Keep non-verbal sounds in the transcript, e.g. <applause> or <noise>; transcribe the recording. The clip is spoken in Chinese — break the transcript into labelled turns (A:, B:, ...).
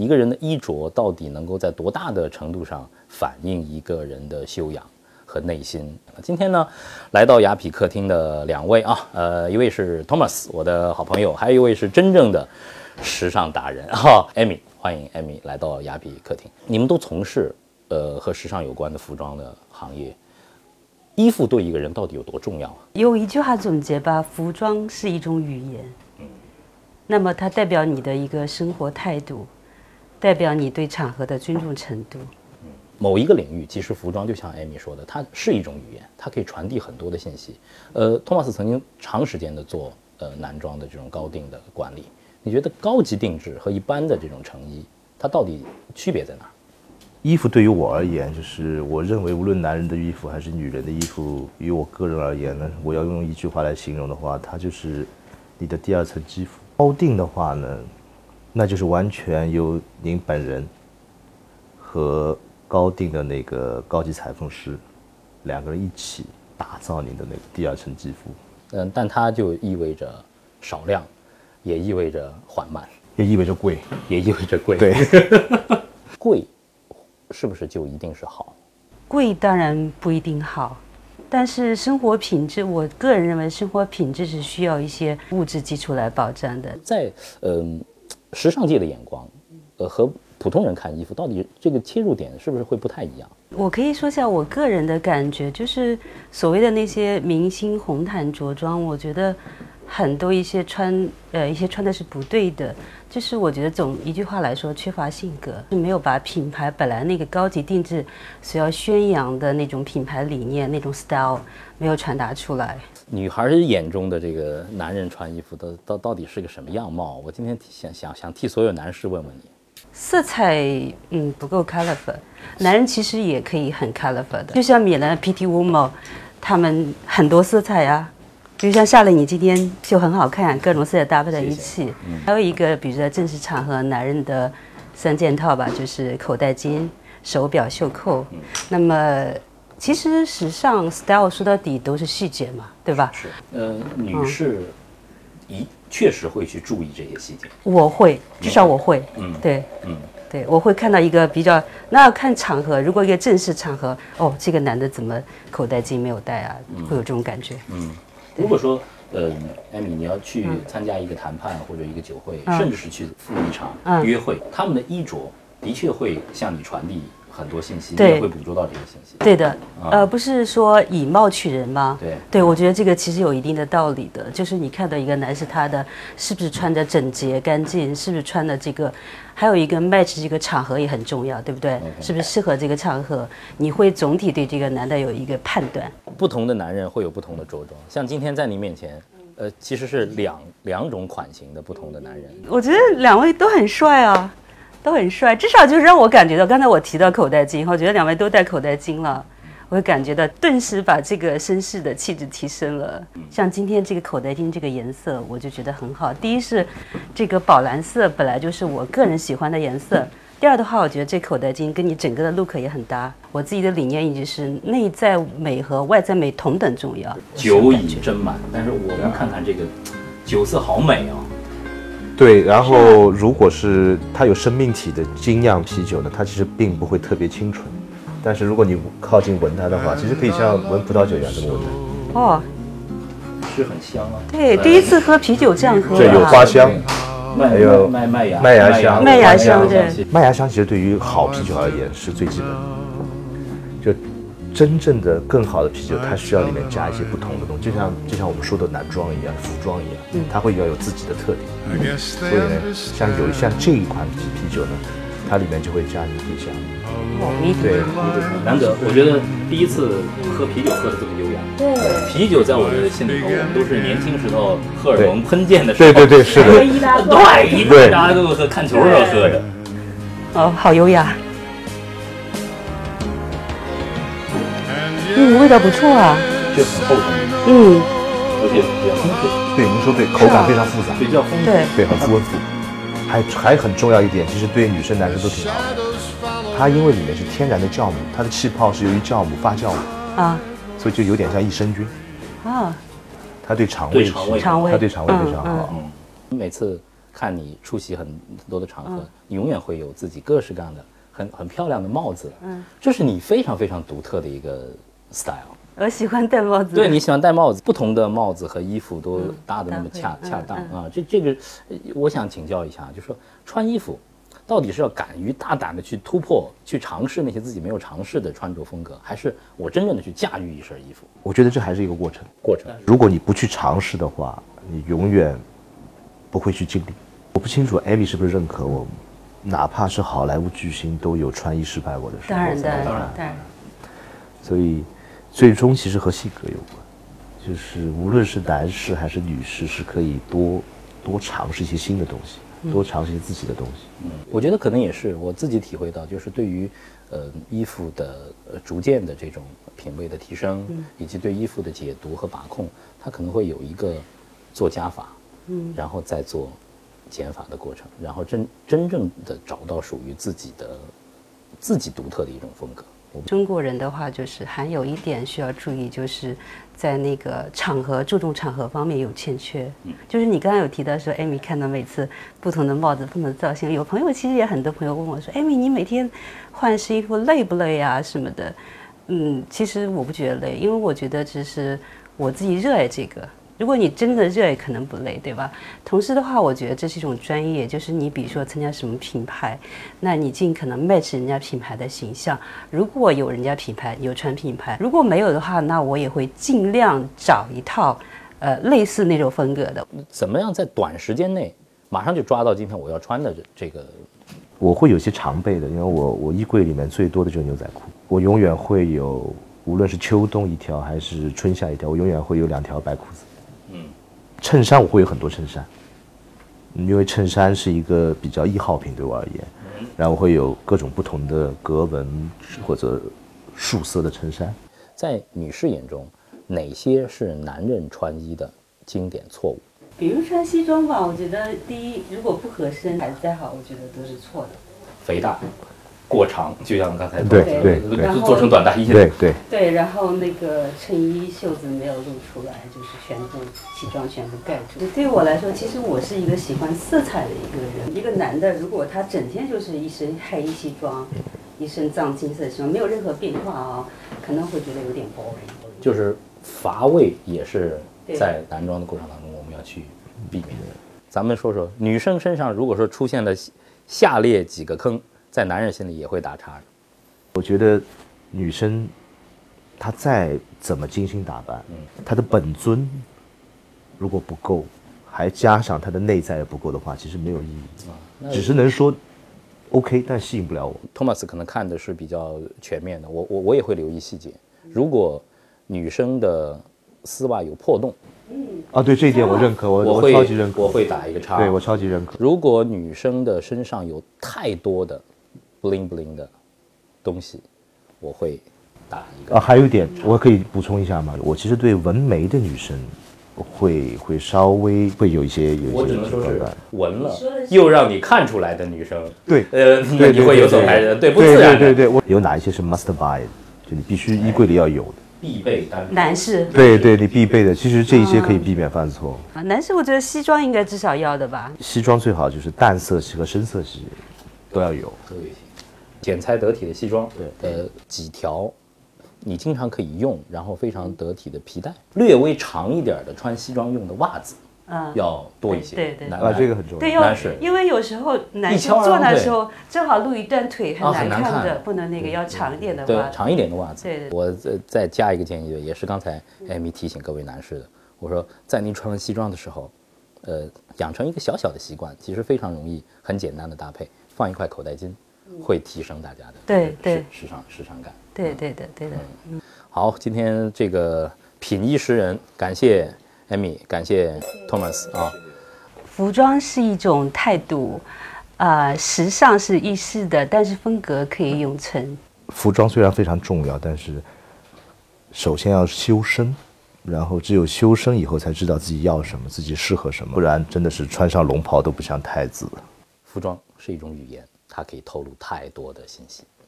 A: 一个人的衣着到底能够在多大的程度上反映一个人的修养和内心？啊今天呢，来到雅痞客厅的两位啊，呃，一位是 Thomas，我的好朋友，还有一位是真正的时尚达人哈、艾米，欢迎艾米来到雅痞客厅。你们都从事呃和时尚有关的服装的行业，衣服对一个人到底有多重要啊？
B: 用一句话总结吧，服装是一种语言。那么它代表你的一个生活态度，代表你对场合的尊重程度。
A: 某一个领域，其实服装就像艾米说的，它是一种语言，它可以传递很多的信息。呃，托马斯曾经长时间的做呃男装的这种高定的管理，你觉得高级定制和一般的这种成衣，它到底区别在哪儿？
C: 衣服对于我而言，就是我认为无论男人的衣服还是女人的衣服，于我个人而言呢，我要用一句话来形容的话，它就是你的第二层肌肤。包定的话呢，那就是完全由您本人和高定的那个高级裁缝师两个人一起打造您的那个第二层肌肤，
A: 嗯、但它就意味着少量，也意味着缓慢，
C: 也意味着贵。
A: 也意味着贵。
C: 对，
A: <laughs> 贵是不是就一定是好？
B: 贵当然不一定好，但是生活品质，我个人认为生活品质是需要一些物质基础来保障的。
A: 在嗯、时尚界的眼光，呃和普通人看衣服，到底这个切入点是不是会不太一样？
B: 我可以说一下我个人的感觉，就是所谓的那些明星红毯着装，我觉得很多一些穿呃一些穿的是不对的，就是我觉得总一句话来说，缺乏性格，就没有把品牌本来那个高级定制所要宣扬的那种品牌理念、那种 style 没有传达出来。
A: 女孩儿眼中的这个男人穿衣服到到到底是个什么样貌？我今天替想想想替所有男士问问你，
B: 色彩嗯不够 colorful，男人其实也可以很 colorful 的，就像米兰 PT Womo，他们很多色彩啊，比如像夏琳，你今天就很好看，各种色彩搭配在一起。还有一个，比如说正式场合，男人的三件套吧，就是口袋巾、手表、袖扣。那么其实时尚 style 说到底都是细节嘛，对吧？
A: 是呃女士一确实会去注意这些细节。
B: 我会，至少我会。嗯，对，嗯，对，我会看到一个比较，那要看场合。如果一个正式场合，哦，这个男的怎么口袋巾没有带啊？会有这种感觉。
A: 如果说，呃，艾米，你要去参加一个谈判或者一个酒会，
B: 嗯
A: 甚至是去赴一场
B: 嗯
A: 约会，他们的衣着的确会向你传递很多信息，你
B: 对
A: 也会捕捉到这些信息。
B: 对的，呃，不是说以貌取人吗？
A: 对
B: 我觉得这个其实有一定的道理的，就是你看到一个男士他的是不是穿着整洁干净，是不是穿的这个，还有一个 match 这个场合也很重要，对不对？是不是适合这个场合？你会总体对这个男的有一个判断。
A: 不同的男人会有不同的着装，像今天在你面前，呃，其实是两两种款型的不同的男人。
B: 我觉得两位都很帅啊，都很帅，至少就是让我感觉到，刚才我提到口袋巾，我觉得两位都戴口袋巾了。我会感觉到，顿时把这个绅士的气质提升了。像今天这个口袋巾这个颜色，我就觉得很好。第一是这个宝蓝色本来就是我个人喜欢的颜色。第二的话，我觉得这口袋巾跟你整个的 look 也很搭。我自己的理念一直是内在美和外在美同等重要。
A: 酒已斟满，但是我们看看这个酒色好美哦。
C: 对，然后如果是啊它有生命体的精酿啤酒呢，它其实并不会特别清纯，但是如果你靠近闻它的话，其实可以像闻葡萄酒一样这么闻它，
B: 哦，
A: 是很香啊，
B: 对，第一次喝啤酒这样喝、啊，
C: 对，有花香。
A: 麦
C: 还有
A: 麦麦芽
C: 哎麦芽香
B: 麦芽香
A: 麦
B: 对
C: 麦芽香其实对于好啤酒而言是最基本的，就真正的更好的啤酒，它需要里面加一些不同的东西，就像就像我们说的男装一样，服装一样，它会要有自己的特点。
D: I guess
C: 所
D: they
C: 以呢，像有
D: understand
C: 像这一款啤啤酒呢，它里面就会加迷迭香，
B: 哦迷迭
C: 对，
A: 难得，我觉得第一次喝啤酒喝的这么优雅。
B: 对，
A: 啤酒在我的心里头，我们都是年轻时候荷尔蒙喷溅的时候，
C: 对对对，是的，
B: 易拉罐
A: 对，一大家都喝看球的时候喝的。
B: 哦，好优雅，
D: and
B: 嗯，味道不错啊，
A: 这很厚重，
B: 嗯，
A: 而且比较丰富，
C: 对，您说对，口感非常复杂，
A: 比较丰富。
B: 对，
C: 对，很丰富。还还很重要一点，其实对于女生男生都挺好的。
D: shadows follow
C: 它因为里面是天然的酵母，它的气泡是由于酵母发酵母，
B: 啊
C: 所以就有点像益生菌。
B: 啊，
C: 它对肠
A: 对
C: 胃是，
A: 肠胃
B: 肠胃
C: 它对肠胃非常
B: 嗯
C: 好。
A: 每次看你出席很多的场合，你永远会有自己各式各样的很很漂亮的帽子，嗯，这是你非常非常独特的一个 style。
B: 我喜欢戴帽子。
A: 对你喜欢戴帽子，不同的帽子和衣服都搭的那么恰、
B: 搭配
A: 恰当
B: 嗯
A: 啊。这这个，呃我想请教一下，就是说穿衣服到底是要敢于大胆的去突破，去尝试那些自己没有尝试的穿着风格，还是我真正的去驾驭一身衣服
C: 我觉得这还是一个过程。
A: 过程？
C: 如果你不去尝试的话，你永远不会去经历。我不清楚艾米是不是认可我，哪怕是好莱坞巨星都有穿衣失败过的时候。
B: 当然，当然，
C: 当
B: 当
C: 然
B: 然，当然
C: 所以最终其实和性格有关，就是无论是男士还是女士，是可以多多尝试一些新的东西，多尝试一些自己的东西。
A: 我觉得可能也是我自己体会到，就是对于呃衣服的呃逐渐的这种品味的提升，以及对衣服的解读和把控，它可能会有一个做加法，嗯，然后再做减法的过程，然后真真正的找到属于自己的自己独特的一种风格。我
B: 中国人的话，就是还有一点需要注意，就是在那个场合注重场合方面有欠缺。就是你刚刚有提到说，艾米看到每次不同的帽子、不同的造型，有朋友其实也很多朋友问我说，艾米，你每天换新衣服累不累啊什么的？嗯，其实我不觉得累，因为我觉得只是我自己热爱这个。如果你真的热爱，可能不累，对吧？同时的话，我觉得这是一种专业，就是你比如说参加什么品牌，那你尽可能 match 人家品牌的形象。如果有人家品牌，有穿品牌；如果没有的话，那我也会尽量找一套，呃，类似那种风格的。
A: 怎么样在短时间内马上就抓到今天我要穿的这这个
C: 我会有些常备的，因为我我衣柜里面最多的就是牛仔裤，我永远会有，无论是秋冬一条还是春夏一条，我永远会有两条白裤子。嗯，衬衫我会有很多衬衫，嗯因为衬衫是一个比较易耗品对我而言，然后会有各种不同的格纹或者素色的衬衫。
A: 在女士眼中，哪些是男人穿衣的经典错误？
B: 比如穿西装吧，我觉得第一，如果不合身，还是再好，我觉得都是错的。
A: 肥大、过长，就像刚才
C: 对
A: 做
C: 对
A: 做
B: 对
A: 做成短大衣。
C: <laughs> 对，对，
B: 对，然后那个衬衣袖子没有露出来，就是全部西装全部盖住。对我来说，其实我是一个喜欢色彩的一个人。一个男的，如果他整天就是一身黑衣西装，一身藏青色西装，没有任何变化啊、可能会觉得有点 boring。
A: 就是乏味也是
B: 对
A: 在男装的过程当中我们要去避免的。咱们说说女生身上，如果说出现了下下列几个坑，在男人心里也会打叉的。
C: 我觉得女生她再怎么精心打扮，她的本尊如果不够，还加上她的内在也不够的话，其实没有意义，
A: 那
C: 只是能说 OK，但吸引不了我。
A: Thomas 可能看的是比较全面的，我我我也会留意细节。如果女生的丝袜有破洞，
C: 啊，对这一点我认可，我我
A: 会
C: 超级认可，
A: 我会啊打一个叉。
C: 对我超级认可。
A: 如果女生的身上有太多的 bling bling 的东西，我会打一个。
C: 啊，还有一点我可以补充一下吗？我其实对纹眉的女生会会稍微会有一些有一些
A: 我只能说
C: 观
A: 是
C: 感
A: 闻了
B: 你说的是
A: 又让你看出来的女生，
C: 对
A: 呃，那你会有所排斥，对不
C: 对
A: 自然
C: 对
A: 的
C: 对对，我有哪一些是 must buy 的，就你必须衣柜里要有的。
A: 必备单品
B: 男士
C: 对对，你必备的，其实这一些可以
A: 嗯
C: 避免犯错。
B: 啊，男士我觉得西装应该至少要的吧。
C: 西装最好就是淡色系和深色系都要有。
A: 都有一些剪裁得体的西装，
C: 对
A: 呃，几条你经常可以用，然后非常得体的皮带，略微长一点的穿西装用的袜子
B: 嗯，
A: 要多一些。
B: 对对
A: 男
C: 啊，这个很重
B: 对，
C: 要。
B: 要
A: 男士
B: 因为有时候男
A: 一
B: 生
A: 敲二
B: 坐
A: 郎
B: 那
A: 腿
B: 时候正好露一段腿，
A: 啊
B: 很
A: 很
B: 难
A: 难
B: 看
A: 看嗯
B: 的，不能那个要长一点的
A: 对
B: 袜，子。
A: 长一点的袜子。
B: 对对对嗯
A: 我再再加一个建议，也是刚才艾米提醒各位男士的，我说在您穿上西装的时候，呃，养成一个小小的习惯，其实非常容易，很简单的搭配，放一块口袋巾，会提升大家的
B: 嗯对对
A: 时时尚时尚感。
B: 对对的对的。
A: 好，今天这个品衣识人，感谢艾米，感谢 Thomas 啊，
B: 服装是一种态度，呃，时尚是一世的，但是风格可以永存。
C: 服装虽然非常重要，但是首先要修身，然后只有修身以后才知道自己要什么，自己适合什么，不然真的是穿上龙袍都不像太子了。
A: 服装是一种语言，它可以透露太多的信息。